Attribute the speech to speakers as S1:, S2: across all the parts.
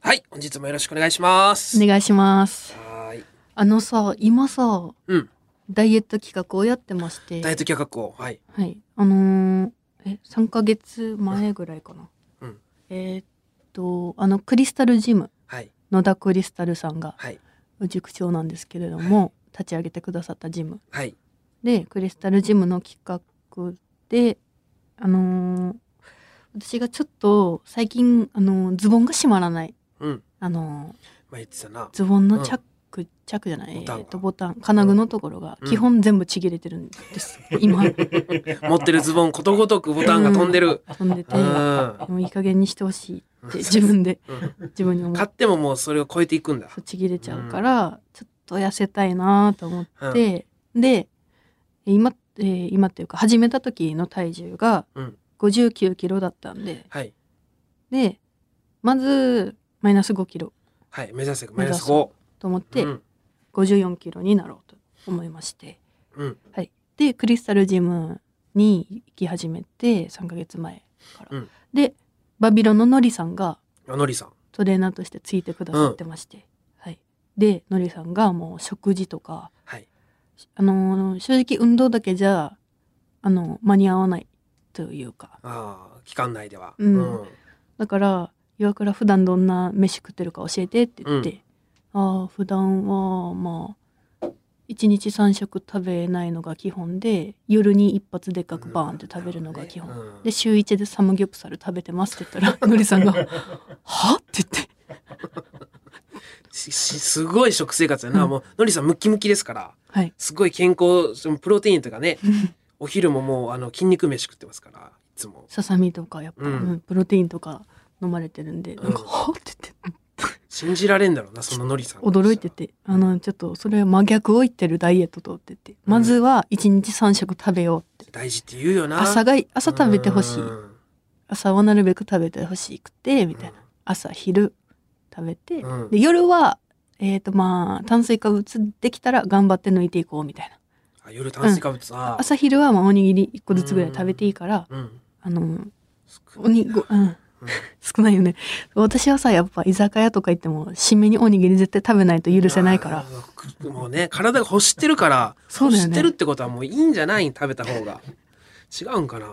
S1: はい、本日もよろしくお願いします。
S2: お願いします。
S1: はーい。
S2: あのさ、今さ、
S1: うん
S2: ダイエット企画をやってまして、
S1: ダイエット企画を、はい。
S2: はい、あのーえ、3ヶ月前ぐらいかな。
S1: うん
S2: えーっと、あの、クリスタルジム、
S1: はい。
S2: 野田クリスタルさんが、
S1: はい。
S2: 塾長なんですけれども、立ち上げてくださったジム。
S1: はい。
S2: で、クリスタルジムの企画で、あのー私がちょっと最近、あのーズボンが締まらない。
S1: うん。
S2: あのー
S1: まあ、言ってたな。
S2: ズボン
S1: う
S2: の
S1: ん
S2: チャック、チャックじゃない、え
S1: ボタンが
S2: ー、とボタン金具のところが
S1: うん
S2: 基本全部ちぎれてるん です、今
S1: 持ってるズボンことごとくボタンが飛んでる。
S2: 飛んでて、
S1: うん。
S2: でもいい加減にしてほしいっ
S1: うん
S2: て自分 で
S1: うん
S2: 自分に思
S1: 買
S2: っ
S1: ってももうそれを超えていくんだ。
S2: てちぎれちゃうから、ちょっと痩せたいなと思って、で今、えー今っていうか始めた時の体重が
S1: うん
S2: 5 9キロだったんで
S1: はい。
S2: でまずマイナス5キロ
S1: はい。目指せ、マイ
S2: 目
S1: ナ
S2: 指
S1: ス
S2: す
S1: 5。
S2: と思っ
S1: う
S2: て
S1: ん。
S2: 5 4キロになろうと思いまして。
S1: うん。
S2: でクリスタルジムに行き始めて3ヶ月前から、
S1: うん
S2: でバビロンののりさんが
S1: あのりさん。
S2: トレーナーとしてついてくださってまして、はい、でのりさんがもう食事とか、
S1: はい。
S2: あのー正直運動だけじゃ、あの間に合わないというか
S1: ああ、期間内では。
S2: うんだから岩倉普段どんな飯食ってるか教えてって言って、ああ普段はまあ1日3食食べないのが基本で夜に一発でっかくバーンって食べるのが基本、
S1: うん
S2: で週一でサムギョプサル食べてますって言った らのりさんが「は?」って言って
S1: ししすごい食生活やな。
S2: うん
S1: もう、のりさんムッキムキですから。
S2: はい
S1: すごい健康、そのプロテインとかね。お昼ももう、あの、筋肉飯食ってますから。いつも。
S2: ささみとかやっぱ、
S1: うん
S2: うんプロテインとか飲まれてるんで「なんか
S1: うん
S2: は?」って言って
S1: 信じられんだろうな、そののりさん。
S2: 驚いて。て「あのちょっとそれは真逆を言ってるダイエットと」って言って「まずは一日三食食べよう」って
S1: 大事って言うよな。
S2: 朝がい朝食べてほしい
S1: うん
S2: 朝はなるべく食べてほしくてみたいな朝昼食べて、
S1: うん
S2: で夜はえー、とまあ炭水化物できたら頑張って抜いていこうみたいな
S1: あ夜炭水化物あ
S2: 朝昼はまあおにぎり1個ずつぐらい食べていいから、
S1: うん
S2: あの
S1: 少
S2: おにご、うん、
S1: うん
S2: 少ないよね私はさやっぱ居酒屋とか行っても締めにおにぎり絶対食べないと許せないか
S1: あ
S2: ら
S1: ーくもうね体が欲してるから
S2: そうだよね
S1: 欲してるってことはもういいんじゃない食べた方が違うんかな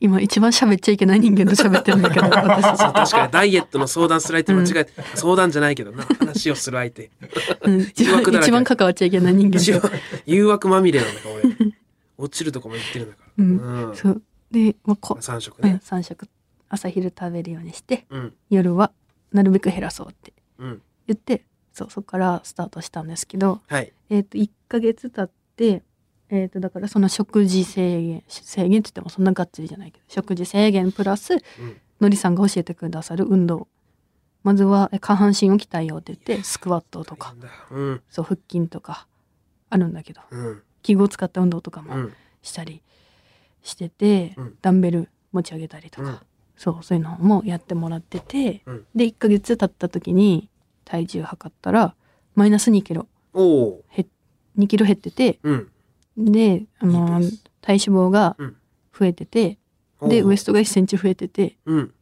S2: 今一番喋っちゃいけない人間と喋ってるんだけど私たち
S1: そう確かにダイエットの相談する相手間違え、相談じゃないけどな話をする相 手
S2: うん一
S1: 誘惑だら
S2: 番
S1: け
S2: 一番関わっちゃいけない人間
S1: 一
S2: と
S1: 応誘惑まみれなんだから 俺落ちるとこも言ってるんだから
S2: う
S1: うんん、
S2: そうで、まあこ
S1: 3食
S2: うん、
S1: ね
S2: 3食朝昼食べるようにして
S1: うん
S2: 夜はなるべく減らそうって
S1: うん
S2: 言ってそうそこからスタートしたんですけど、
S1: はい
S2: えー、と1ヶ月経って、えー、とだからその食事制限制限って言ってもそんながっつりじゃないけど食事制限プラス
S1: うん
S2: のりさんが教えてくださる運動まずはえ下半身を鍛えようって言ってスクワットとか
S1: うん
S2: そう腹筋とかあるんだけど
S1: うん
S2: 器具を使った運動とか
S1: う
S2: も
S1: ん
S2: したりしてて、
S1: うん
S2: ダンベル持ち上げたりとか、
S1: うん
S2: そうそういうのもやってもらってて、
S1: うん
S2: で1ヶ月経った時に体重測ったらマイナス2キロ
S1: おお
S2: 2キロ減ってて
S1: ーうん
S2: であの
S1: いいです
S2: 体脂肪が
S1: うん
S2: 増えてて、でウエス
S1: ト
S2: トが1センチ増えてて
S1: うん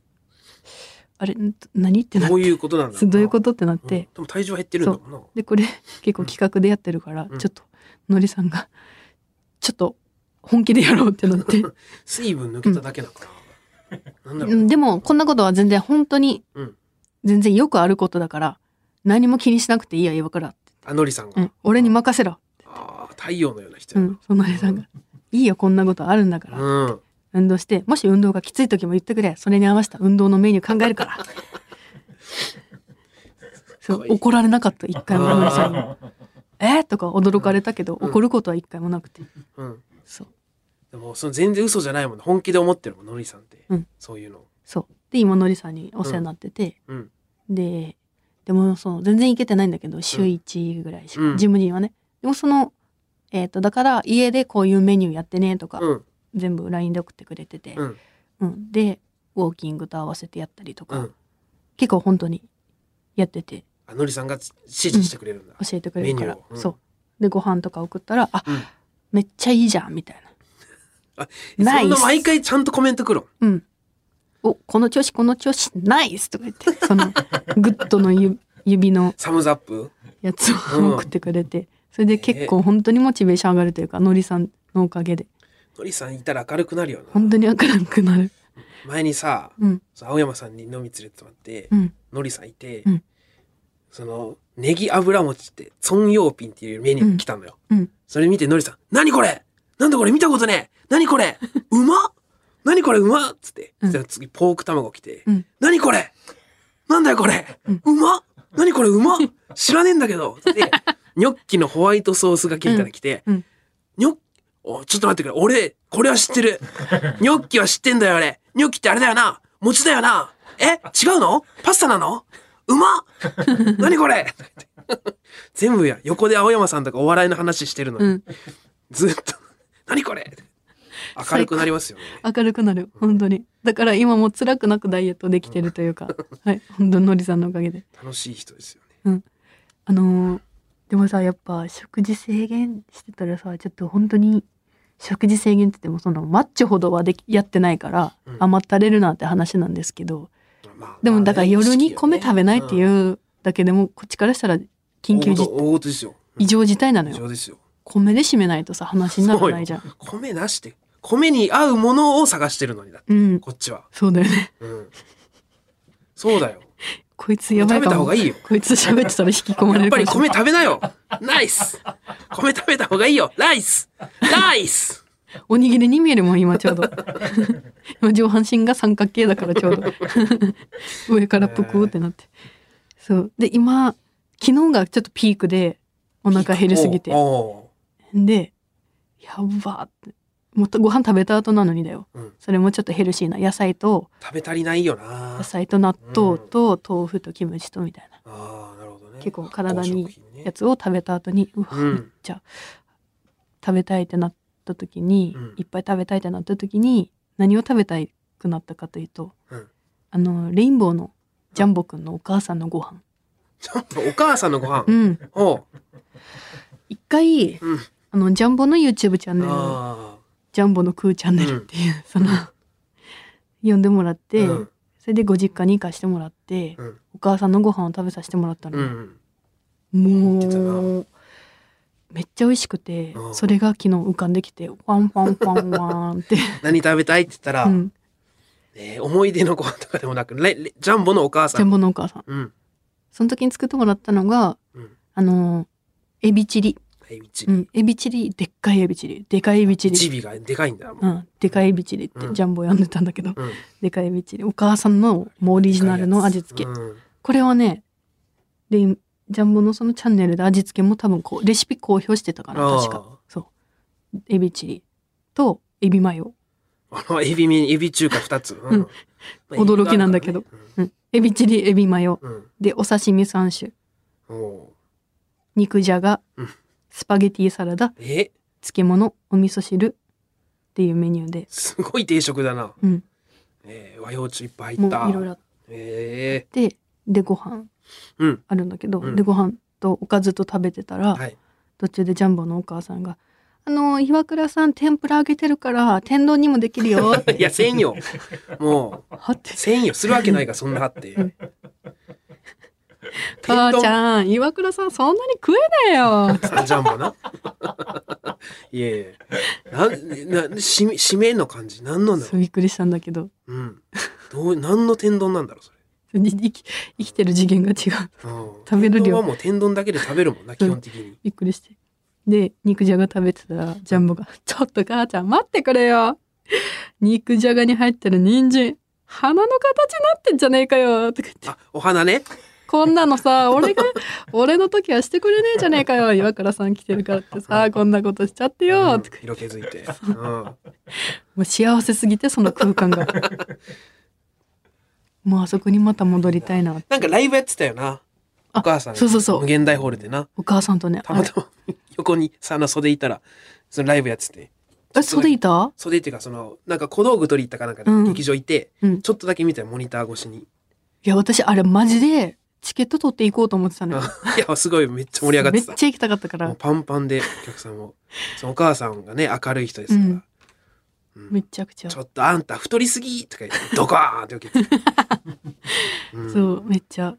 S2: あれん何ってなって
S1: どういうことなんだろ
S2: そうどういうこととってなって、
S1: でも体重は減ってるんだもんな
S2: でこれ結構企画でやってるから、
S1: うん
S2: ちょっとのりさんがちょっと本気でやろうって なって、
S1: 水分抜けただけだから、なんだろ
S2: う
S1: う、
S2: ん、でもこんなことは全然本当に
S1: うん
S2: 全然よくあることだから何も気にしなくていいや岩倉って、
S1: あのりさんが、
S2: うん、俺に任せろ、
S1: ああ太陽のような人
S2: う
S1: や
S2: ん、そののりさんが「いいよこんなことあるんだから、
S1: な、うん
S2: 運動してもし運動がきつい時も言ってくれそれに合わせた運動のメニュー考え るから」そう怒られなかった一回ものりさんに「えーとか驚かれたけど
S1: うん
S2: 怒ることは一回もなくて
S1: うん、
S2: そう
S1: でもその全然嘘じゃないもんね本気で思ってるもんのりさんって、
S2: うん
S1: そういうの
S2: そうで今のりさんにお世話になってて、
S1: うん
S2: ででもそう全然行けてないんだけど週
S1: うん
S2: 1ぐらいしか、
S1: うん
S2: ジムにはねでもそのえっ、とだから家でこういうメニューやってねとか、
S1: うん
S2: 全部 LINE で送ってくれてて、
S1: うん
S2: うんでウォーキングと合わせてやったりと
S1: う
S2: か、
S1: ん
S2: 結構本当にやってて
S1: あのりさんが指示してくれるんだ、
S2: 教えてくれるか
S1: メ
S2: ら
S1: ニューをうん
S2: そうでご飯とか送ったら「あ、
S1: うん
S2: めっちゃいいじゃん」みたいな
S1: あ
S2: ナイ
S1: そ
S2: ス
S1: んな毎回ちゃんとコメントくるん
S2: うんおこの調子この調子ナイスとか 言ってそのグッドの指指の
S1: サムズアップ
S2: やつを
S1: うん
S2: 送ってくれて、それで結構本当にモチベーション上がるというかのりさんのおかげで
S1: のりさんいたら明るくなるよな
S2: 本当に明るくなる。
S1: 前にさ
S2: うん
S1: そう青山さんに飲み連れてもらって、
S2: うん
S1: のりさんいて、
S2: うん
S1: そのネギ油餅ってソンヨーピンっていうメニュー来たのよ、
S2: うん
S1: それ見てのりさん「何これなんだこれ見たことねえ何これうまっ何これうまっ」つって、
S2: うん
S1: そしたら次ポーク卵来て「
S2: うん
S1: 何これなんだよこれ、う
S2: うん
S1: まっ何これうまっ知らねえんだけど」つ ってニョッキのホワイトソースがけみたいなの来て「
S2: うんうん
S1: ニョッおちょっと待ってくれ俺これは知って るニョッキは知ってんだよ、あれ。ニョッキってあれだよな。餅だよな。え違うのパスタなのう まっ何これ全部や。横で青山さんとかお笑いの話してるのに、
S2: うん、
S1: ずっと、何これ明るくなりますよね。
S2: 明るくなる本当にだから今も辛くなくダイエットできてるというか、はい本当にのりさんのおかげで
S1: 楽しい人ですよね。
S2: あのーでもさやっぱ食事制限してたらさちょっと本当に食事制限って言ってもそのマッチョほどはできやってないから、
S1: うん
S2: 甘ったれるなって話なんですけど
S1: まあ
S2: でもだから夜に米食べないっていううだけでもこっちからしたら緊急
S1: 事
S2: 事
S1: 大事ですよ。
S2: 異常事態なの
S1: 異
S2: よ
S1: 常ですよ。
S2: 米で締めないとさ話にならないじゃん
S1: 米なして。米に合うものを探してるのにだって。
S2: うん
S1: こっちは。
S2: そうだよね
S1: うん。そう だよ。
S2: こいつや
S1: 食
S2: ばい
S1: べ
S2: か
S1: た方
S2: も
S1: がいいよ。
S2: こいつ喋ってたら引き込ま
S1: や
S2: れ
S1: っ
S2: るか
S1: ぱ
S2: も
S1: り
S2: しれな
S1: 米食
S2: い
S1: べなよ。ナイス。米食べた方がいいよ。ライス。ライス。
S2: おにぎりに見えるもん今 ちょうど今上半身が三角形だからちょうど上からぷくってなって、そうで今昨日がちょっとピークで お腹減りすぎて
S1: お
S2: でやばってもっとご飯食べた後なのにだよ
S1: うおううん
S2: それもちょっとヘルシーな野菜と
S1: 食べ足りないよな
S2: 野。菜と納豆と豆腐とキムチとみたいな
S1: ああ、なるほどね。
S2: 結構体に
S1: 高食品ね
S2: やつを食べた後にうわ、
S1: うん
S2: めっちゃ食べたいってなった時に、
S1: うん
S2: いっぱい食べたいってなった時に何を食べたくなったかというと、
S1: うん
S2: あのレインボーのジャンボくんのお母さんのご飯
S1: ちょっとお母さんのご飯
S2: う。ん
S1: おう。
S2: 一回
S1: うん。
S2: あのジャンボの YouTube チャンネル
S1: ああ。
S2: ジャンボのクーチャンネルっていう、その呼んでもらって、
S1: うん
S2: それでご実家に行かしてもらって、
S1: うん
S2: お母さんのご飯を食べさせてもらったの
S1: う
S2: よ、
S1: ん。言ってた
S2: も
S1: な
S2: うめっちゃ美味しくて
S1: うん
S2: それが昨日浮かんできてワンワンワンワンって
S1: 何食べたいって言ったら、
S2: うん
S1: えー思い出のご飯とかでもなく、レレジャンボのお母
S2: ジャ
S1: さ
S2: ン
S1: ん。
S2: ボのお母さん
S1: うん。
S2: その時に作ってもらったのが
S1: うん。
S2: あのエビチリ、
S1: はい、うち
S2: う。ん、エビチリでっかいエビチリでかいエビチ
S1: チ
S2: リ、
S1: ビがでかいんだもん。
S2: うん、でかいエビチリって
S1: うん
S2: ジャンボ呼んでたんだけど、
S1: うん。
S2: でかいエビチリお母さんのもうオリジナルの味付け、
S1: うん
S2: これはねレインジャンボのそのチャンネルで味付けも多分こうレシピ公表してたかな確か
S1: あ
S2: そうエビチリとエビマヨ
S1: あの、エビミエビ中華二つ。う
S2: うん
S1: まあ
S2: 驚きなんだけど。うん、エビチリエビマヨ
S1: うん。うん
S2: でお刺身3種
S1: おう
S2: 肉じゃが、
S1: うん
S2: スパゲティサラダ
S1: え
S2: 漬物お味噌汁っていうメニューです
S1: ごい定食だな。
S2: うん
S1: えー和洋中いっぱい入
S2: も
S1: っ
S2: う
S1: た。
S2: いろいろあっ
S1: え
S2: てでご飯
S1: ーうん。
S2: あるんだけど、
S1: うん
S2: でご飯とおかずと食べてたら、
S1: はい。
S2: 途中でジャンボのお母さんが「あの岩倉さん天ぷら揚げてるから天丼にもできるよ」っ て
S1: いや、せんよ。もう、
S2: はって
S1: せんよ。するわけないから、そんなはって
S2: うん。「
S1: 天
S2: 母
S1: 丼
S2: ちゃん岩倉さんそんなに食えないよ
S1: さんジャンボな。いやいや。なん、な、しめ、締めの感じ、なんなん」だ
S2: そ
S1: ろ
S2: うびっくりしたんだけど
S1: う。うん。どう、なんの天丼なんだろう、それ。
S2: 生き生きてる次元が違う
S1: うん
S2: 食べる量
S1: 天丼はもう天丼だけで食べるも んな、基本的に。
S2: びっくりして。で、肉じゃが食べてたら、ジャンボが、ちょっと母ちゃん待ってくれよ肉じゃがに入ってる人参、花の形になってんじゃねえかよとか言って、
S1: あ、お花ね。
S2: こんなのさ、俺が、俺の時はしてくれねえじゃねえかよ岩倉さん来てるからって さ、こんなことしちゃって
S1: う
S2: よ
S1: ん
S2: とか
S1: 色気づいて。うん。
S2: もう幸せすぎて、その空間が。 もうあそこにまた戻りたいな。
S1: なんかライブやってたよな。
S2: あ
S1: お母さん。
S2: そうそうそう
S1: 無限大ホールでな。
S2: お母さんとね、
S1: た
S2: あ
S1: ま
S2: れ
S1: たま 横にさ、あの袖いたら、そのライブやってて。
S2: え、袖いた
S1: 袖っていうか、その、なんか小道具取り行ったかなんかで
S2: うん
S1: 劇場いて、
S2: うん
S1: ちょっとだけ見たよ、モニター越しに。
S2: いや、私、あれマジで、チケット取っていこうと思ってたのよ。
S1: いや、すごい、めっちゃ盛り上がって
S2: め
S1: た
S2: っ。ちゃ行きたかったから
S1: もう。パンパンで、お客さんも。そのお母さんがね、明るい人ですから。う
S2: う
S1: んん、うん
S2: めちゃくちゃ
S1: ちょっとあんた太りすぎとか言ってドカーンって受け て、うん
S2: そうめっちゃ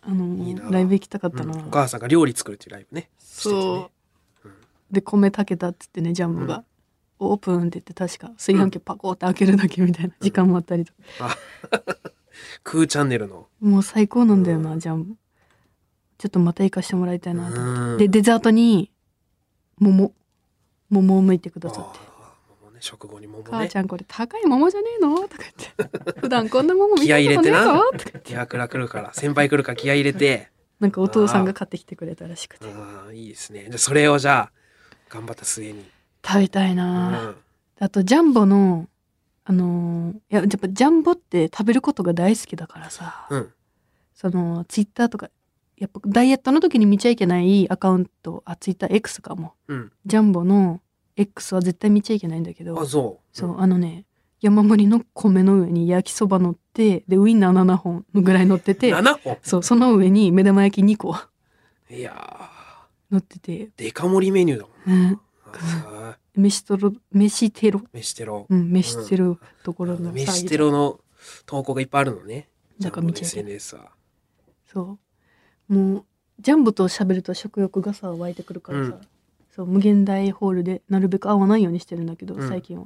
S2: あの
S1: いいな
S2: ライブ行きたかっ
S1: う
S2: た
S1: ん
S2: な、
S1: お母さんが料理作るっていうライブね
S2: そう
S1: しててねうん
S2: で米炊けたっつってねジャンボが、オープンって言って確か炊飯器パコって開けるだけみたいな時間もあったりとか、
S1: クーチャンネルの
S2: もう最高なんだよな、ジャンボちょっとまた行かしてもらいたいなと、
S1: うん
S2: でデザートに桃桃を剥いてく
S1: あ
S2: ださって
S1: あ桃ね食後に
S2: 「
S1: 桃
S2: 母
S1: ね
S2: ちゃんこれ高い桃じゃねえの?」とか 言って「普段こんな桃見たことね
S1: 気
S2: えぞ」
S1: 合い
S2: とか言っ
S1: 気
S2: て
S1: 迫ら来るから先輩来るから気合い入れて
S2: なんかお父さんが買ってきてくれたらしくて
S1: ああいいですねじゃあそれをじゃあ頑張った末に、
S2: 食べたいうなあ、
S1: ん、
S2: あとジャンボのあのーいややっぱジャンボって食べることが大好きだからさ、
S1: うん
S2: そのツイッターとかやっぱダイエットの時に見ちゃいけないアカウントあツイッター X かも
S1: うん
S2: ジャンボの X は絶対見ちゃいけないんだけ
S1: あ
S2: ど
S1: そう
S2: そ
S1: ん
S2: うあのね山盛りの米の上に焼きそば乗ってでウインナー7本ぐらい乗ってて
S1: 7本
S2: そうその上に目玉焼き2個
S1: いや
S2: 乗ってて、
S1: ーデカ盛りメニューだもん
S2: うん、
S1: ああ
S2: 飯とろ飯テロ
S1: 飯テロ
S2: うん飯テロところの
S1: 飯テロの投稿がいっぱいあるのね
S2: なんか見ちゃいけない
S1: SNS は
S2: そうもうジャンボと喋ると食欲がさ湧いてくるからさ、
S1: うん
S2: そう無限大ホールでなるべく会わないようにしてるんだけど、
S1: うん
S2: 最近は、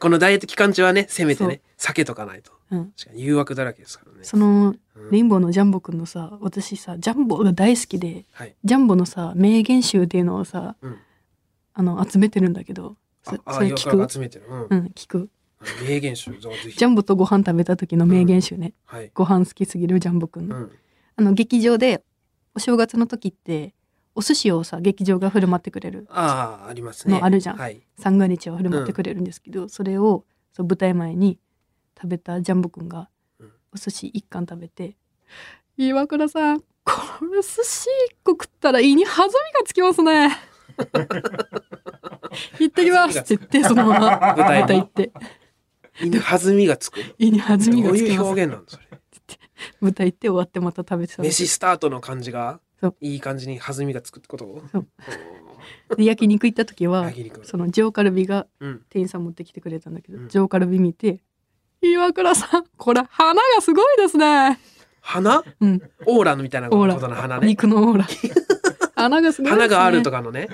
S1: このダイエット期間中はねせめて
S2: そ
S1: ね避けとかないと
S2: うん、
S1: 確かに誘惑だらけですからね
S2: その
S1: うん
S2: レインボーのジャンボくんのさ私さジャンボが大好きで
S1: はい
S2: ジャンボのさ名言集っていうのをさ
S1: うん
S2: あの集めてるんだけどそ
S1: ああ
S2: それ
S1: 誘
S2: 聞
S1: 惑が
S2: く
S1: 集めてるうん
S2: うん聞く
S1: 名言集じゃあぜひ
S2: ジャンボとご飯食べた時の名言集ね、
S1: はい
S2: ご飯好きすぎるジャンボくん
S1: う
S2: の,、
S1: ん
S2: あの劇場でお正月の時ってお寿司をさ劇場が振る舞ってくれる
S1: ああありますね
S2: のあるじゃん
S1: はい
S2: 三が日を振る舞ってくれるんですけど、それをそう舞台前に食べたジャンボくんが
S1: うん
S2: お寿司一貫食べて「岩倉さんこれ寿司一個食ったら胃に弾みがつきま すね」「行ってきます」って言ってそのまま
S1: 舞
S2: ま
S1: 台
S2: た行
S1: に
S2: って
S1: 胃に弾みがつく
S2: 胃に弾
S1: どう
S2: みがつ
S1: い
S2: き
S1: う
S2: ます
S1: 表現なんですか
S2: 舞台行って終わってまた食べてたんです
S1: 飯スタートの感じが
S2: そう
S1: いい感じに弾みがつくってことを
S2: そうで焼肉行った時は
S1: 焼肉
S2: その上カルビが
S1: うん
S2: 店員さん持ってきてくれたんだけど、
S1: うん
S2: 上カルビ見て「岩倉さんこれ花がすごいですね」
S1: 花
S2: うん
S1: オーラみたいなこ
S2: オーラ
S1: との花ね
S2: 肉の オーラ花がすごいですね
S1: 花があるとかのね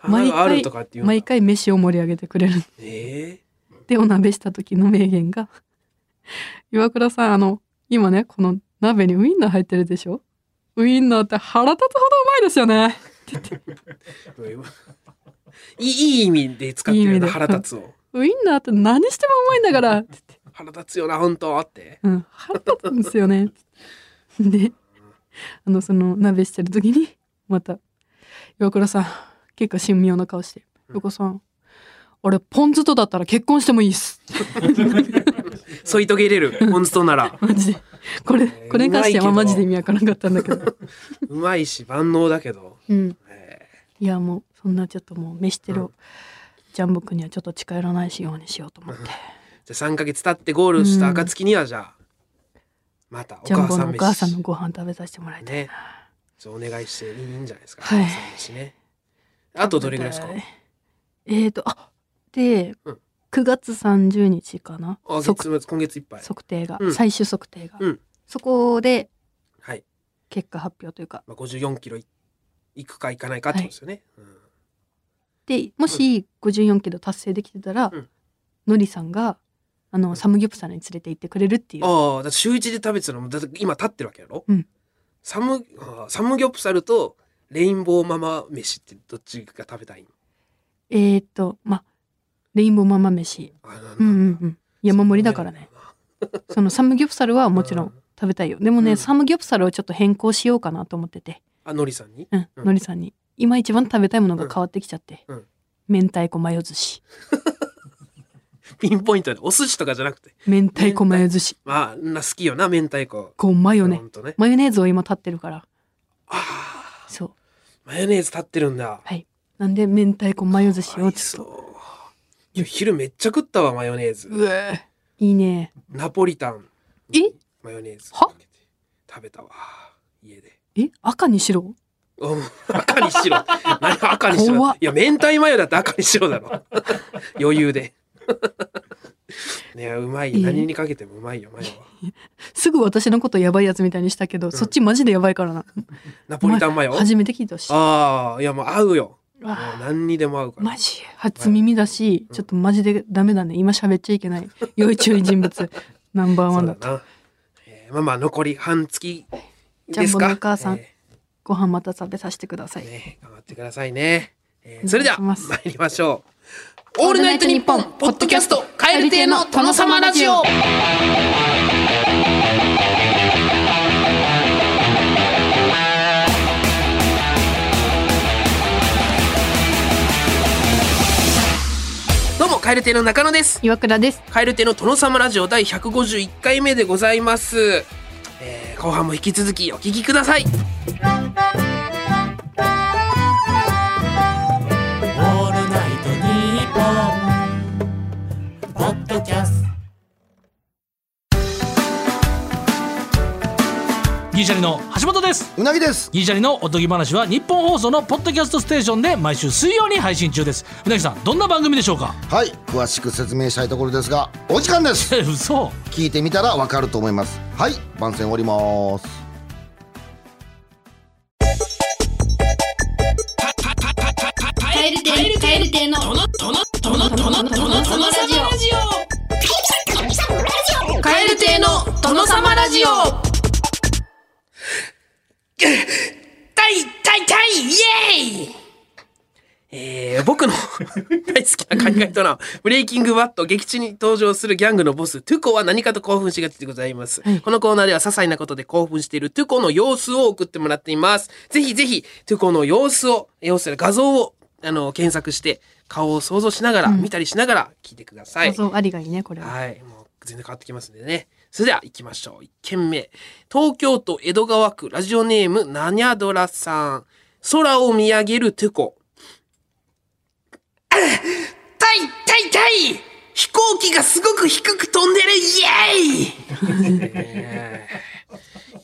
S1: 花
S2: 毎回
S1: があるとかっていうの
S2: 毎回飯を盛り上げてくれる
S1: え
S2: でお鍋した時の名言が 「岩倉さんあの今ねこの鍋にウインナー入ってるでしょウインナーって腹立つほどうまいですよね
S1: えどういういいいい意味で使って
S2: いい
S1: る
S2: 意味
S1: な
S2: で
S1: 腹立つを
S2: ウインナーって何してもうまいんだから」って言って
S1: 腹立つよな本当って
S2: 「うん腹立つんですよね」 って言ってであのその鍋してる時にまた岩倉さん結構神妙な顔して「
S1: うん
S2: 横さん俺ポン酢とだったら結婚してもいいっす」
S1: 添い遂げれる本当なら
S2: マジでこれ
S1: えー
S2: これに関しては
S1: うま
S2: マ
S1: いけど
S2: ジで意味わからなかったんだけど、
S1: うまいし万能だけど
S2: うん、
S1: え
S2: いやもうそんなちょっともう飯テ
S1: う
S2: ロ、
S1: ん
S2: ジャンボ君にはちょっと近寄らないようにしようと思って
S1: ーじゃあ3ヶ月経ってゴールした暁にはじゃあまたお
S2: ジャン
S1: 母
S2: ボ
S1: さ
S2: の
S1: ん
S2: お
S1: 飯
S2: 母さんのご飯食べさせてもらいたい
S1: ね
S2: な、
S1: ちょっとお願いしていいんじゃないですか、
S2: は
S1: お
S2: い
S1: 母さん飯ねあとどれぐらいですか
S2: えっ、ー、とあで、
S1: うん
S2: 9月30日かな
S1: あ
S2: 測
S1: 月末今月いっぱい
S2: 測定が、
S1: うん
S2: 最終測定が、
S1: うん
S2: そこで
S1: はい、
S2: 結果発表というか
S1: まあ、54キロいいくかいかないかってことですよね、うん
S2: でもし54キロ達成できてたら、
S1: うん
S2: のりさんがあのサムギョプサルに連れて行ってくれるっていう
S1: ああ、だって週一で食べてたのも、だって今立ってるわけやろ
S2: うん
S1: サム、あーサムギョプサルとレインボーママ飯ってどっちが食べたいの
S2: えーっとまあレインボーママ飯
S1: あーなんだ
S2: うんうんうん山盛りだからね。そのサムギョプサルはもちろ
S1: うん
S2: ん食べたいよでもね、
S1: うん
S2: サムギョプサルをちょっと変更しようかなと思ってて
S1: あ、のりさんに
S2: うん、
S1: うん
S2: のりさんに今一番食べたいものが変わってきちゃって、
S1: うん
S2: 明太子マヨ寿司
S1: ピンポイントで。お寿司とかじゃなくて。
S2: 明太子マヨ寿司
S1: まあ、な好きよな、明太子。
S2: こうマヨね
S1: ほんとね。
S2: マヨネーズを今立ってるから
S1: ああ、
S2: そう
S1: マヨネーズ立ってるんだ。
S2: はいなんで明太子マヨ寿司
S1: 合
S2: を
S1: い
S2: ちょっと
S1: そう。いや昼めっちゃ食ったわ、マヨネーズ。
S2: うえいいね
S1: ナポリタン。
S2: え
S1: マヨネーズ。
S2: は
S1: 食べたわ。家で。
S2: え赤に白
S1: うん 赤に白。何赤に
S2: 怖
S1: 白
S2: っ。
S1: いや、明太マヨだって赤に白だろ。 余裕で。 ねうまい。
S2: いい
S1: 何にかけてもうまいよ、マヨは。
S2: すぐ私のことやばいやつみたいにしたけど、そっちマジでやばいからな
S1: ナポリタンマヨ。
S2: 初めて聞いたし
S1: ああ、いや、もう合うよ。もう
S2: あ
S1: 何にでも合うから
S2: マ。ジ初耳だし、ちょっとマジでダメだね今喋っちゃいけ ない要注意人物ナンバー
S1: そ
S2: ワン
S1: う
S2: だ
S1: だ
S2: と
S1: な。えーまあまあ、残り半月
S2: ジャ
S1: で
S2: ン
S1: す
S2: ボの
S1: か。
S2: お母さん
S1: え
S2: ご飯また食べさせてくださ
S1: ー
S2: い
S1: ね頑張ってくださいね。えー
S2: お願いします
S1: それでは、参りましょう。オールナイトニッポン、ポッドキャスト、カエル亭の殿様ラジオ。どうも、カエル亭の中野です。
S2: 岩倉です
S1: カエル亭の殿様ラジオ第151回目でございます、えー後半も引き続きお聞きください
S3: オールナイトニッポン」ポッドキャス
S4: ギリシャリの橋本です
S5: うなぎです
S4: ギリシャリのおとぎ話は日本放送のポッドキャストステーションで毎週水曜に配信中ですうなぎさんどんな番組でしょうか
S5: はい詳しく説明したいところですがお時間です
S4: え嘘
S5: 聞いてみたらわかると思いますはい番宣終わります
S6: カエル亭カエル亭のトノトノトノトノトノトノラジオカエル亭の殿様ラジオ
S1: タイタイタイイエーイえー、僕の 大好きな海外ドラマ「ブレイキングバット」劇中に登場するギャングのボストゥコは何かと興奮しがちでございます、このコーナーでは些細なことで興奮しているトゥコの様子を送ってもらっていますぜひぜひトゥコの様子を様子や画像をあの検索して顔を想像しながら、見たりしながら聞いてください
S2: 画像ありがいいねこれは
S1: はい。もう全然変わってきますんでね。それでは行きましょう。1軒目。東京都江戸川区ラジオネームナニャドラさん。空を見上げるテコ。あたいたいたい飛行機がすごく低く飛んでるイエーイ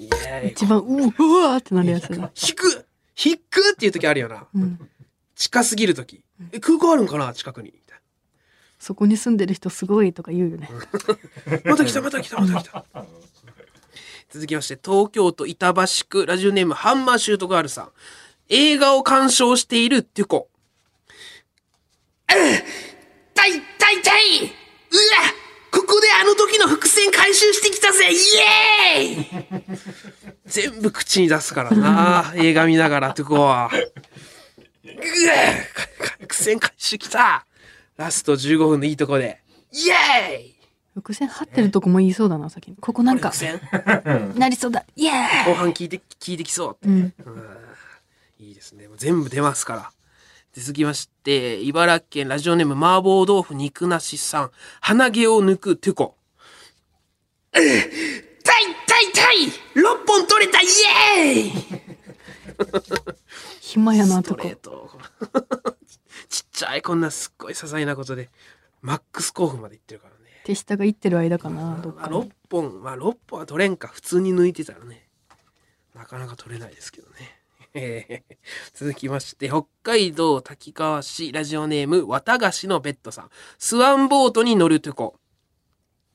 S1: イエーイ
S2: 一番ううわーってなるやつだ
S1: 低く低くっていう時あるよな。
S2: うん
S1: 近すぎる時。え、空港あるんかな近くに。みたいな
S2: そこに住んでる人すごいとか言うよね
S1: また来たまた来たまた来た。続きまして東京都板橋区ラジオネームハンマーシュートガールさん。映画を鑑賞しているテュコ。たいたいたいうわここであの時の伏線回収してきたぜイエーイ全部口に出すからな映画見ながらテュコは。うわ伏線回収きたラスト15分のいいとこで。イエーイ
S2: 伏線張ってるとこも言いそうだな先にここなんか
S1: 伏線
S2: なりそうだイエーイ
S1: 後半聞いて聞いてきそうって、うんいいですねもう全部出ますからで続きまして茨城県ラジオネーム麻婆豆腐肉なしさん鼻毛を抜くテコうん痛い痛い痛い6本取れたイエーイ
S2: 暇やな
S1: スト
S2: と
S1: レ
S2: こ
S1: ート ちっちゃいこんなすっごい些細なことでマックス興奮までいってるからね
S2: 手下が行ってる間かなどっ
S1: まあ、
S2: か
S1: 6
S2: に
S1: 本まあ6本は取れんか普通に抜いてたらねなかなか取れないですけどねえー続きまして北海道滝川市ラジオネーム綿菓子のベッドさんスワンボートに乗ると こ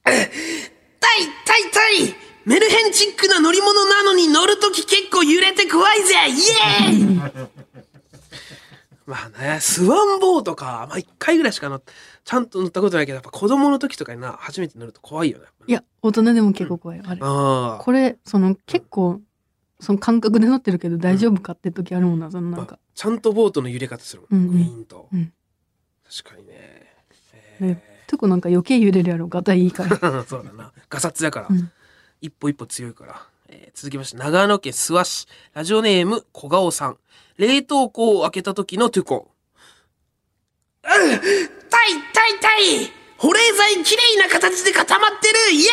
S1: たいたいたいメルヘンチックな乗り物なのに乗るとき結構揺れて怖いぜイエーイ まあね、スワンボートか。まあ、一回ぐらいしか乗っちゃんと乗ったことないけど、やっぱ子供の時とかにな、初めて乗ると怖いよね。
S2: いや大人でも結構怖いあれ
S1: ああ。
S2: これその結構その感覚で乗ってるけど大丈夫かって時あるもんなそのなんか
S1: ちゃんとボートの揺れ方するも
S2: うん
S1: ん。
S2: うん
S1: グイーンと。
S2: うん
S1: 確かにね。
S2: ね特になんか余計揺れるやろガタいいから
S1: そうだな。ガサツだから。
S2: うん
S1: 一歩一歩強いから。えー続きまして、長野県諏訪市。ラジオネーム、小顔さん。冷凍庫を開けた時のトゥコ。うん痛い痛い痛い保冷剤きれいな形で固まってるイエ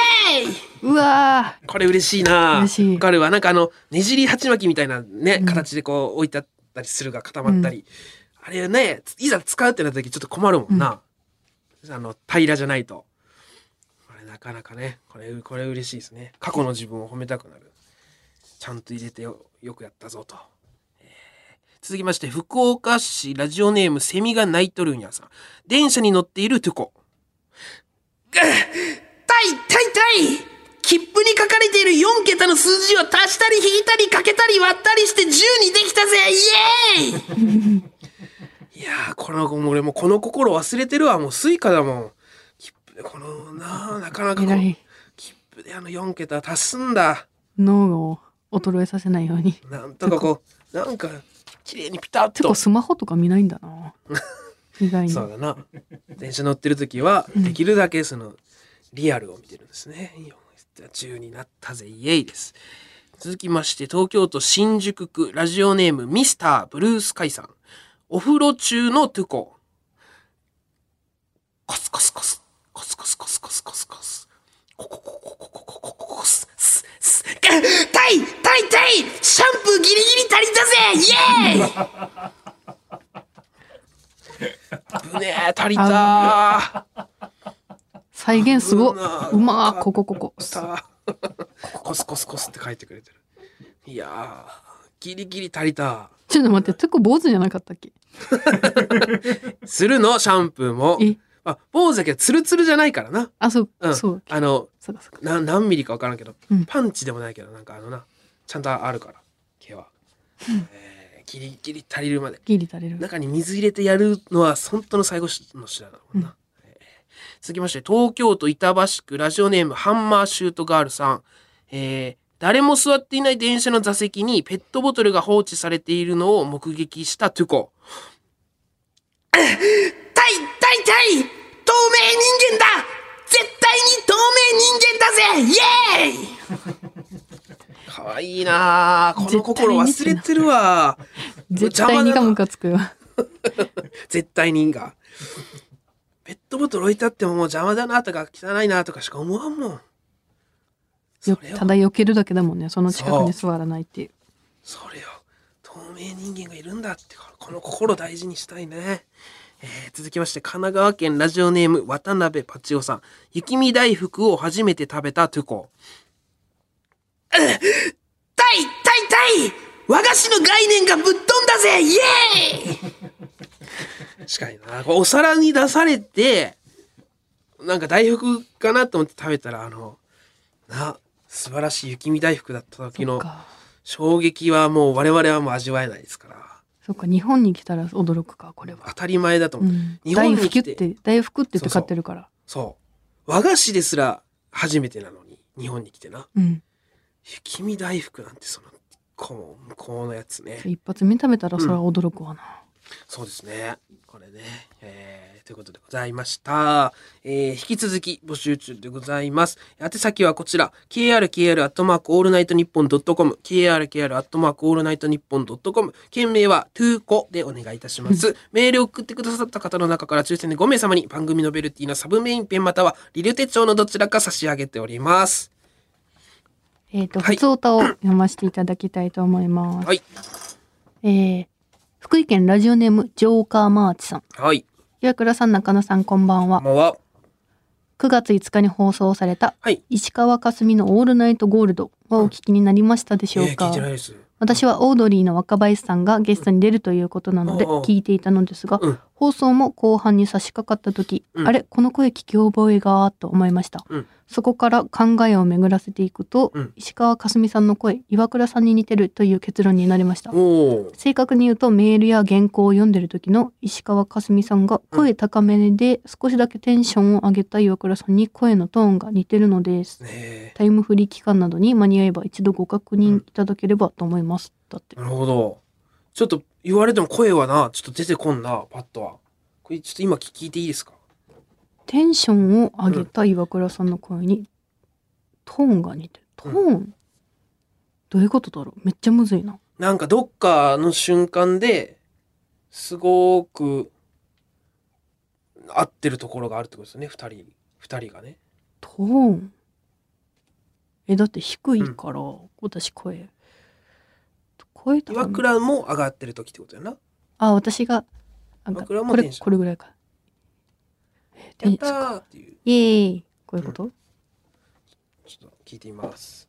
S1: ーイ
S2: うわ
S1: これ嬉しいな
S2: 嬉しい
S1: わかるわなんかあのねじり鉢巻きみたいなね、形でこう置いてあったりするが固まったり、あれねいざ使うってなった時ちょっと困るもんな、あの平らじゃないとこれなかなかねこれこれ嬉しいですね過去の自分を褒めたくなるちゃんと入れてよよくやったぞと、え続きまして、福岡市ラジオネームセミがナイトルーニャさん。電車に乗っているトゥコ。ぐっ痛い痛い痛い切符に書かれている4桁の数字を足したり引いたりかけたり割ったりして10にできたぜイエーイいやー、この、俺もうこの心忘れてるわ。もうスイカだもん。切符で、この、なあ、なかなかこ
S2: えら
S1: う
S2: い、
S1: 切符であの4桁足すんだ。
S2: 脳を衰えさせないように
S1: なんとかこう、なんか、綺麗にピタッ
S2: て
S1: と
S2: か。スマホとか見ないんだな意外に
S1: そうだな。電車乗ってる時は、できるだけその、リアルを見てるんですね。10になったぜ、イエイです。続きまして、東京都新宿区、ラジオネーム、ミスターブルースカイさん。お風呂中のトゥコ。コスコスコス、コスコスコスコスコスコス。ココココココココココス、ス、ス、タイタイタイシャンプーギリギリ足りたぜイエーイぶねえ足りたー
S2: 再現すごっ
S1: 危な
S2: うまーここここ
S1: さあコスコスコスって書いてくれてるいやーギリギリ足りた
S2: ちょっと待ってトゥコ坊主じゃなかったっけ
S1: するのシャンプーも
S2: え
S1: あ坊主だけどツルツルじゃないからな
S2: あそう、
S1: うん
S2: そう
S1: あの
S2: そうかそうか
S1: な何ミリか分からんけど、
S2: うん
S1: パンチでもないけどなんかあのなちゃんとあるから毛は、えーギリギリ足りるまで
S2: ギリ足れる
S1: 中に水入れてやるのは本当の最後の手段だもんな、えー続きまして東京都板橋区ラジオネームハンマーシュートガールさん、えー誰も座っていない電車の座席にペットボトルが放置されているのを目撃したトゥコ痛い痛い痛い透明人間だ絶対に透明人間だぜイエーイかわいいなあこの心忘れてるわ
S2: 絶対にがムカつくよ
S1: 絶対にいいんが。ペットボトル置いてあってももう邪魔だなとか汚いなとかしか思わんもん。
S2: よ
S1: それを
S2: ただ避けるだけだもんねその近くに座らないっていう
S1: それを透明人間がいるんだってこの心を大事にしたいね、えー続きまして神奈川県ラジオネーム渡辺パチオさん雪見大福を初めて食べたトゥ コうっ痛い痛い痛い和菓子の概念がぶっ飛んだぜイエーイ確かになこれお皿に出されてなんか大福かなと思って食べたらあのな素晴らしい雪見大福だった時
S2: そ
S1: の
S2: っか
S1: 衝撃はもう我々はもう味わえないですから
S2: そっか日本に来たら驚くかこれは、
S1: 当たり前だと
S2: う
S1: 思う、
S2: ん、
S1: 日本
S2: 大
S1: に
S2: 福
S1: 来
S2: ってて大福ってっ
S1: そう
S2: て
S1: そう
S2: 買ってるから
S1: そう和菓子ですら初めてなのに日本に来てな
S2: うん
S1: 雪見大福なんてそのこう向こうのやつね
S2: 一発目食べたらそれは驚くわな、
S1: そうですねこれね、えーということでございました、えー引き続き募集中でございます宛先はこちら krkr アットマークオールナイトニッポンドットコム krkr アットマークオールナイトニッポンドットコム件名はトゥーコでお願いいたしますメールを送ってくださった方の中から抽選で5名様に番組のベルティのサブメインペンまたはリル手帳のどちらか差し上げております
S2: えっ、と、
S1: はい
S2: 普通歌を読ませていただきたいと思います。
S1: はい
S2: えー福井県ラジオネームジョーカーマーチさん。
S1: はい
S2: 岩倉さん、中野さん、こんばん
S1: こ
S2: は
S1: ん。ばんは
S2: 9月5日に放送された
S1: はい
S2: 石川佳純のオールナイトゴールドはお聞きになりましたでしょ
S1: え
S2: う
S1: ー聞い
S2: か
S1: て。ないです
S2: 私はオードリーの若林さんがゲストに出るということなので
S1: うんおうおう
S2: 聞いていたのですが、
S1: うん
S2: 放送も後半に差し掛かった時、
S1: うん
S2: あれこの声聞き覚えがと思いました、
S1: うん
S2: そこから考えを巡らせていくと、
S1: うん
S2: 石川佳純さんの声岩倉さんに似てるという結論になりました
S1: おー
S2: 正確に言うとメールや原稿を読んでる時の石川佳純さんが声高めで少しだけテンションを上げた岩倉さんに声のトーンが似てるのです
S1: ね
S2: タイムフリー期間などに間に合えば一度ご確認いただければと思います、だって
S1: なるほど。ちょっと言われても声はな、ちょっと出てこんな、パッとは。これちょっと今聞聞いていいですか
S2: テンションを上げた岩倉さんの声にトーンが似てるトーン、どういうことだろうめっちゃむずいな
S1: なんかどっかの瞬間で、すごく合ってるところがあるってことですね、二人、二人がね。
S2: トーンえだって低いから、私声声高
S1: 岩
S2: め
S1: 倉も上がってる時ってことやな。
S2: あ私がなんか
S1: 岩倉も
S2: こ
S1: テ
S2: れ
S1: ンション
S2: これぐらいかえテ
S1: や
S2: ン
S1: っ
S2: シ
S1: た
S2: ョン
S1: ーっていう。
S2: イエーイこういうこと、
S1: ちょっと聞いてみます。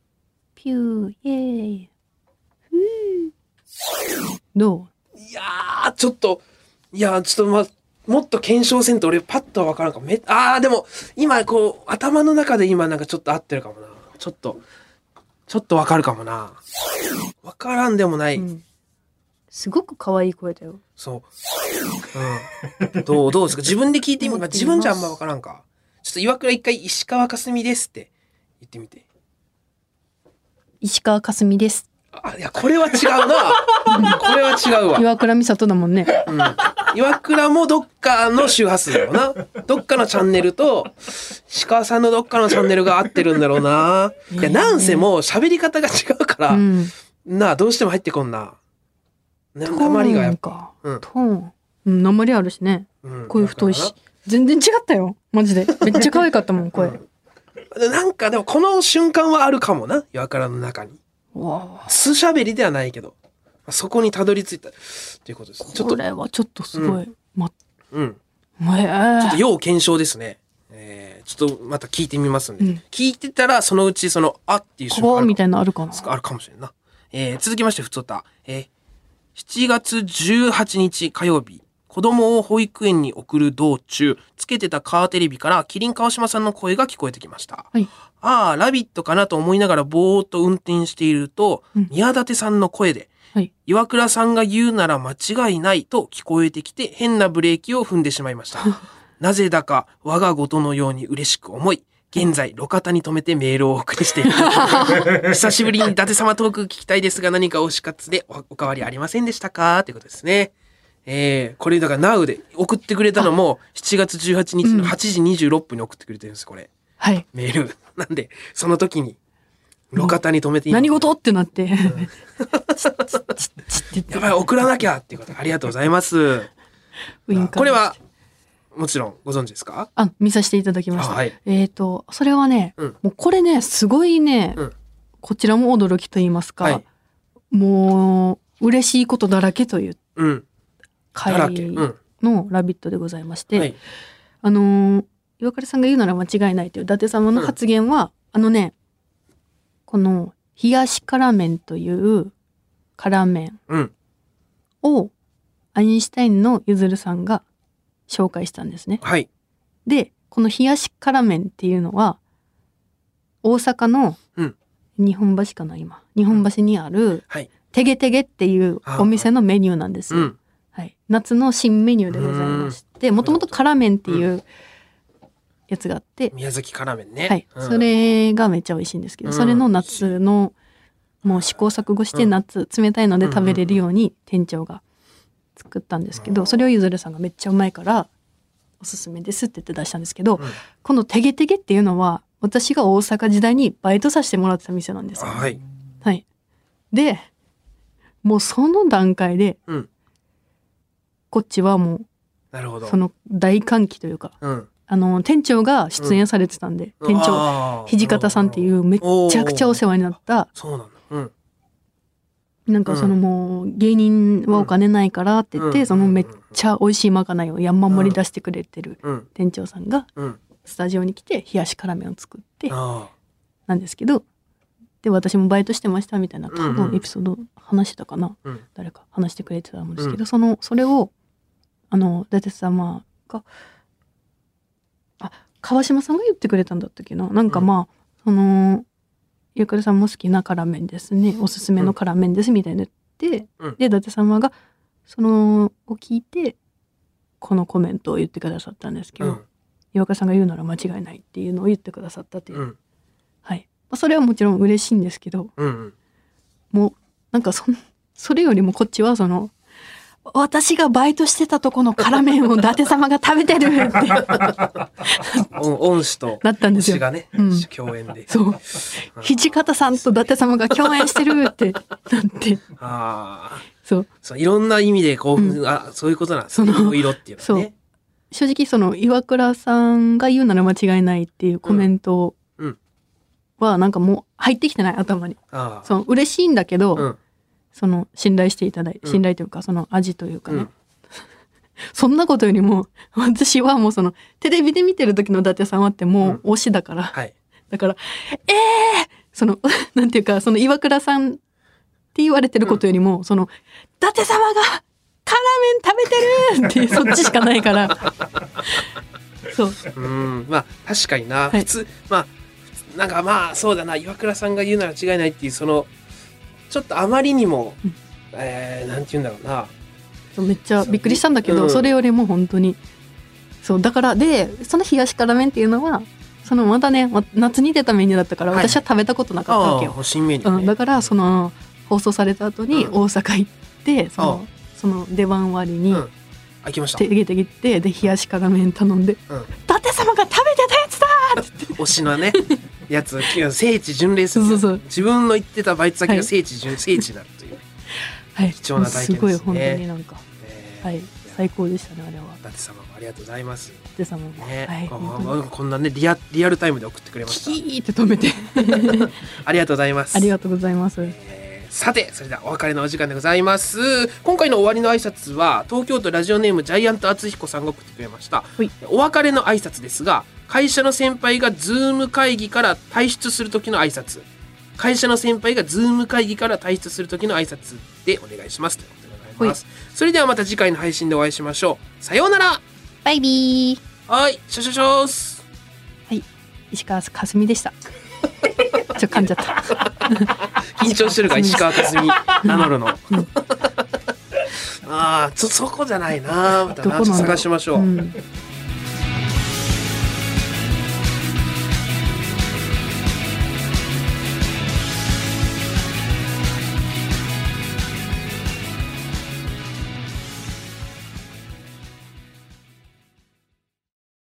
S2: ピューイエーイふうどう
S1: いいやー、ちょっと、いやー、ちょっとまあ、もっと検証せんと俺パッとは分からんかも。めあー、でも、今こう、頭の中で今なんかちょっと合ってるかもな。ちょっと、ちょっと分かるかもな。分からんでもない。
S2: うんすごく可愛い声だよ。
S1: そう。うん。どう、どうですか自分で聞いてみる。まあ自分じゃあんま分からんか。ちょっと岩倉一回、石川かすみですって言ってみて。
S2: 石川かすみです。
S1: あ、いや、これは違うな。これは違うわ。
S2: 岩倉美里だもんね。
S1: うん、岩倉もどっかの周波数だろうなどっかのチャンネルと鹿さんのどっかのチャンネルが合ってるんだろうないやなんせもう喋り方が違うから、
S2: うん。
S1: なあどうしても入ってこんなな
S2: ト
S1: 鉛がや
S2: ー
S1: っ
S2: ン
S1: ぱ、
S2: か。
S1: うん
S2: トーン。うん、鉛あるしね。
S1: うん
S2: 声太いし。全然違ったよ。マジで。めっちゃ可愛かったもん、声。
S1: なんかでもこの瞬間はあるかもな岩倉の中に
S2: わあ。
S1: 素喋りではないけどそこにたどり着いたっていうことですちょっ
S2: ことれはちょっとすごい。ま、
S1: うん
S2: えー
S1: ちょっと要検証ですね。えー、ちょっとまた聞いてみますんで、
S2: うん
S1: 聞いてたらそのうちその「あ」っていう瞬
S2: 怖
S1: 間
S2: っみたい
S1: な
S2: なのあるかな。
S1: あるかもしれんな、えー、続きましてふつおた、えー、7月18日火曜日子供を保育園に送る道中つけてたカーテレビからキリン川島さんの声が聞こえてきました、
S2: はい
S1: ああラビットかなと思いながらぼーっと運転していると、
S2: うん
S1: 宮舘さんの声で
S2: はい。
S1: 岩倉さんが言うなら間違いないと聞こえてきて変なブレーキを踏んでしまいま した。なぜだか我がことのように嬉しく思い、現在路肩に止めてメールをお送り している。久しぶりに伊達様トーク聞きたいですが何か推し活でおお変わりありませんでしたかということですね。えー、これだから NOW で送ってくれたのも7月18日の8時26分に送ってくれてるんです、これ。
S2: はい。
S1: メール。なんで、その時に路肩に止めていい
S2: 何事ってなって。 チッチッチッチッって
S1: やばい、送らなきゃっていうこと。ありがとうございます。
S2: ウインカー
S1: これは、もちろんご存知ですか
S2: あ、見させていただきました。
S1: あはい
S2: えっ、と、それはね、
S1: うん
S2: もうこれね、すごいね、
S1: うん
S2: こちらも驚きと言いますか、
S1: はい
S2: もう、嬉しいことだらけという
S1: うん。だら
S2: 会
S1: け。うん。
S2: のラビットでございまして、
S1: はい。
S2: あのー岩倉さんが言うなら間違いないという伊達様の発言は、あのね、この、冷やし辛麺という辛麺
S1: うん。
S2: をアインシュタインのゆずるさんが紹介したんですね。
S1: はい。
S2: でこの冷やし辛麺っていうのは大阪の
S1: うん
S2: 日本橋かな今日本橋にある
S1: はい。
S2: てげてげっていうお店のメニューなんです
S1: う
S2: よ、
S1: ん。
S2: はい、夏の新メニューでございましてもともと辛麺っていうやつがあって、
S1: 宮崎辛麺ね。
S2: はい、
S1: うん
S2: そ。れがめっちゃ美味しいんですけど、
S1: うん
S2: それの夏のもう試行錯誤して
S1: うん
S2: 夏冷たいので食べれるように店長が作ったんですけど、それをゆずるさんがめっちゃうまいからおすすめですって言って出したんですけど、
S1: ん
S2: この「てげてげ」っていうのは私が大阪時代にバイトさせてもらってた店なんです
S1: あ
S2: よ。
S1: はい。
S2: はい、でもうその段階で
S1: うん。
S2: こっちはも
S1: なるほ
S2: う
S1: ど。
S2: その大歓喜というか
S1: うん。
S2: あの店長が出演されてたんで、店長
S1: 長
S2: 土方さんってい。うめっちゃくちゃお世話になった
S1: そうなんだ。うん。
S2: なんかそのもう芸人はお金ないからって言っ
S1: う
S2: て
S1: ん
S2: そのめっちゃ美味しいまかないを山盛り出してくれてる
S1: うん。
S2: 店長さんが
S1: うん。
S2: スタジオに来て冷やし辛麺を作って
S1: あ
S2: なんですけどで私もバイトしてましたみたいな多
S1: うんうん
S2: 分エピソード話してたかな
S1: あ。うん。
S2: 誰か話してくれてたと思うんですけ
S1: う
S2: どそのそれをあの伊達様があ川島さんが言ってくれたんだったっけななんかまあそのゆうくるさんも好きな辛麺ですねおすすめの辛麺ですみたいな言って
S1: うん
S2: で伊達様がそのを聞いてこのコメントを言ってくださったんですけ
S1: う
S2: ど
S1: ん。
S2: 岩倉さんが言うなら間違いないっていうのを言ってくださったっていうう、
S1: ん。
S2: はい、まあそれはもちろん嬉しいんですけど
S1: うん。
S2: もうなんかそん それよりもこっちはその私がバイトしてたとこの辛麺を伊達様が食べてるって
S1: 恩恩師と。
S2: なったんです
S1: 師が
S2: よ。
S1: ね
S2: うん、
S1: 共演で。
S2: そう土方さんと伊達様が共演してるってなって
S1: ああ。
S2: そう
S1: そう、いろんな意味で、こ
S2: う
S1: う、あ、そういうことなんです
S2: そ
S1: ね。
S2: の
S1: 色っていうのはね。
S2: 正直その岩倉さんが言うなら間違いないっていうコメント
S1: うんうん
S2: はなんかもう入ってきてない頭に。
S1: ああ。
S2: その嬉しいんだけど、
S1: うん。
S2: その信頼していただい
S1: ん
S2: 信頼というかその味というかね、
S1: うん
S2: そんなことよりも 私はもうそのテレビで見てる時の伊達様ってもう推しだから、
S1: はい。
S2: だからええー、その なんていうかその岩倉さんって言われてることよりも、その伊達様がーメン食べてるってそっちしかな いからそう
S1: うんまあ確かにな、
S2: はい
S1: 普通まあ普通なんかまあそうだな岩倉さんが言うなら違いないっていうそのちょっとあまりにも、
S2: うん
S1: えーなんて言うんだろうな
S2: そうめっちゃびっくりしたんだけど、
S1: うん
S2: それよりも本当にそうだからでその冷やし辛麺っていうのはそのまたねま夏に出たメニューだったから、
S1: はい
S2: 私は食べたことなかったわ
S1: あ
S2: け
S1: あ
S2: よ、
S1: 新メニュ
S2: う
S1: ー、
S2: ん、だ
S1: ね
S2: からその放送された後に
S1: うん
S2: 大阪行ってそのその出番終わりに
S1: うん開きました
S2: 手げてぎってで冷やし辛麺頼んで
S1: うん
S2: 「伊達様が食べてたやつだ!」
S1: 推しの ねやつ聖地巡礼する
S2: そうそうそう
S1: 自分の行ってたバイト先
S2: は
S1: が
S2: い
S1: 聖地巡、聖地になるという、
S2: はい
S1: 貴重な体験ですね
S2: ごい本当になんか
S1: えー
S2: はい最高でしたねあれは
S1: 伊達様もありがとうございます
S2: 伊達様も、
S1: ね、
S2: はい
S1: ああ
S2: 本当に
S1: こんなねリアリアルタイムで送ってくれま
S2: キ
S1: した
S2: ーって止めて
S1: ありがとうございます
S2: ありがとうございます
S1: えーさてそれではお別れのお時間でございます今回の終わりの挨拶は東京都ラジオネームジャイアント厚彦さんが送ってくれました
S2: はい
S1: お別れの挨拶ですが会社の先輩がズーム会議から退出する時の挨拶会社の先輩がズーム会議から退出する時の挨拶でお願いしますということでございますそれではまた次回の配信でお会いしましょうさようなら
S6: バイビー
S1: はいシャシャシャース
S2: 石川かすみでした。ちょ噛んじゃった。
S1: 緊張してるから石川佳純名乗るの。ああ、そ、そこじゃないな。また
S2: どこ
S1: な
S2: なんだろう
S1: 探しましょう。
S2: うん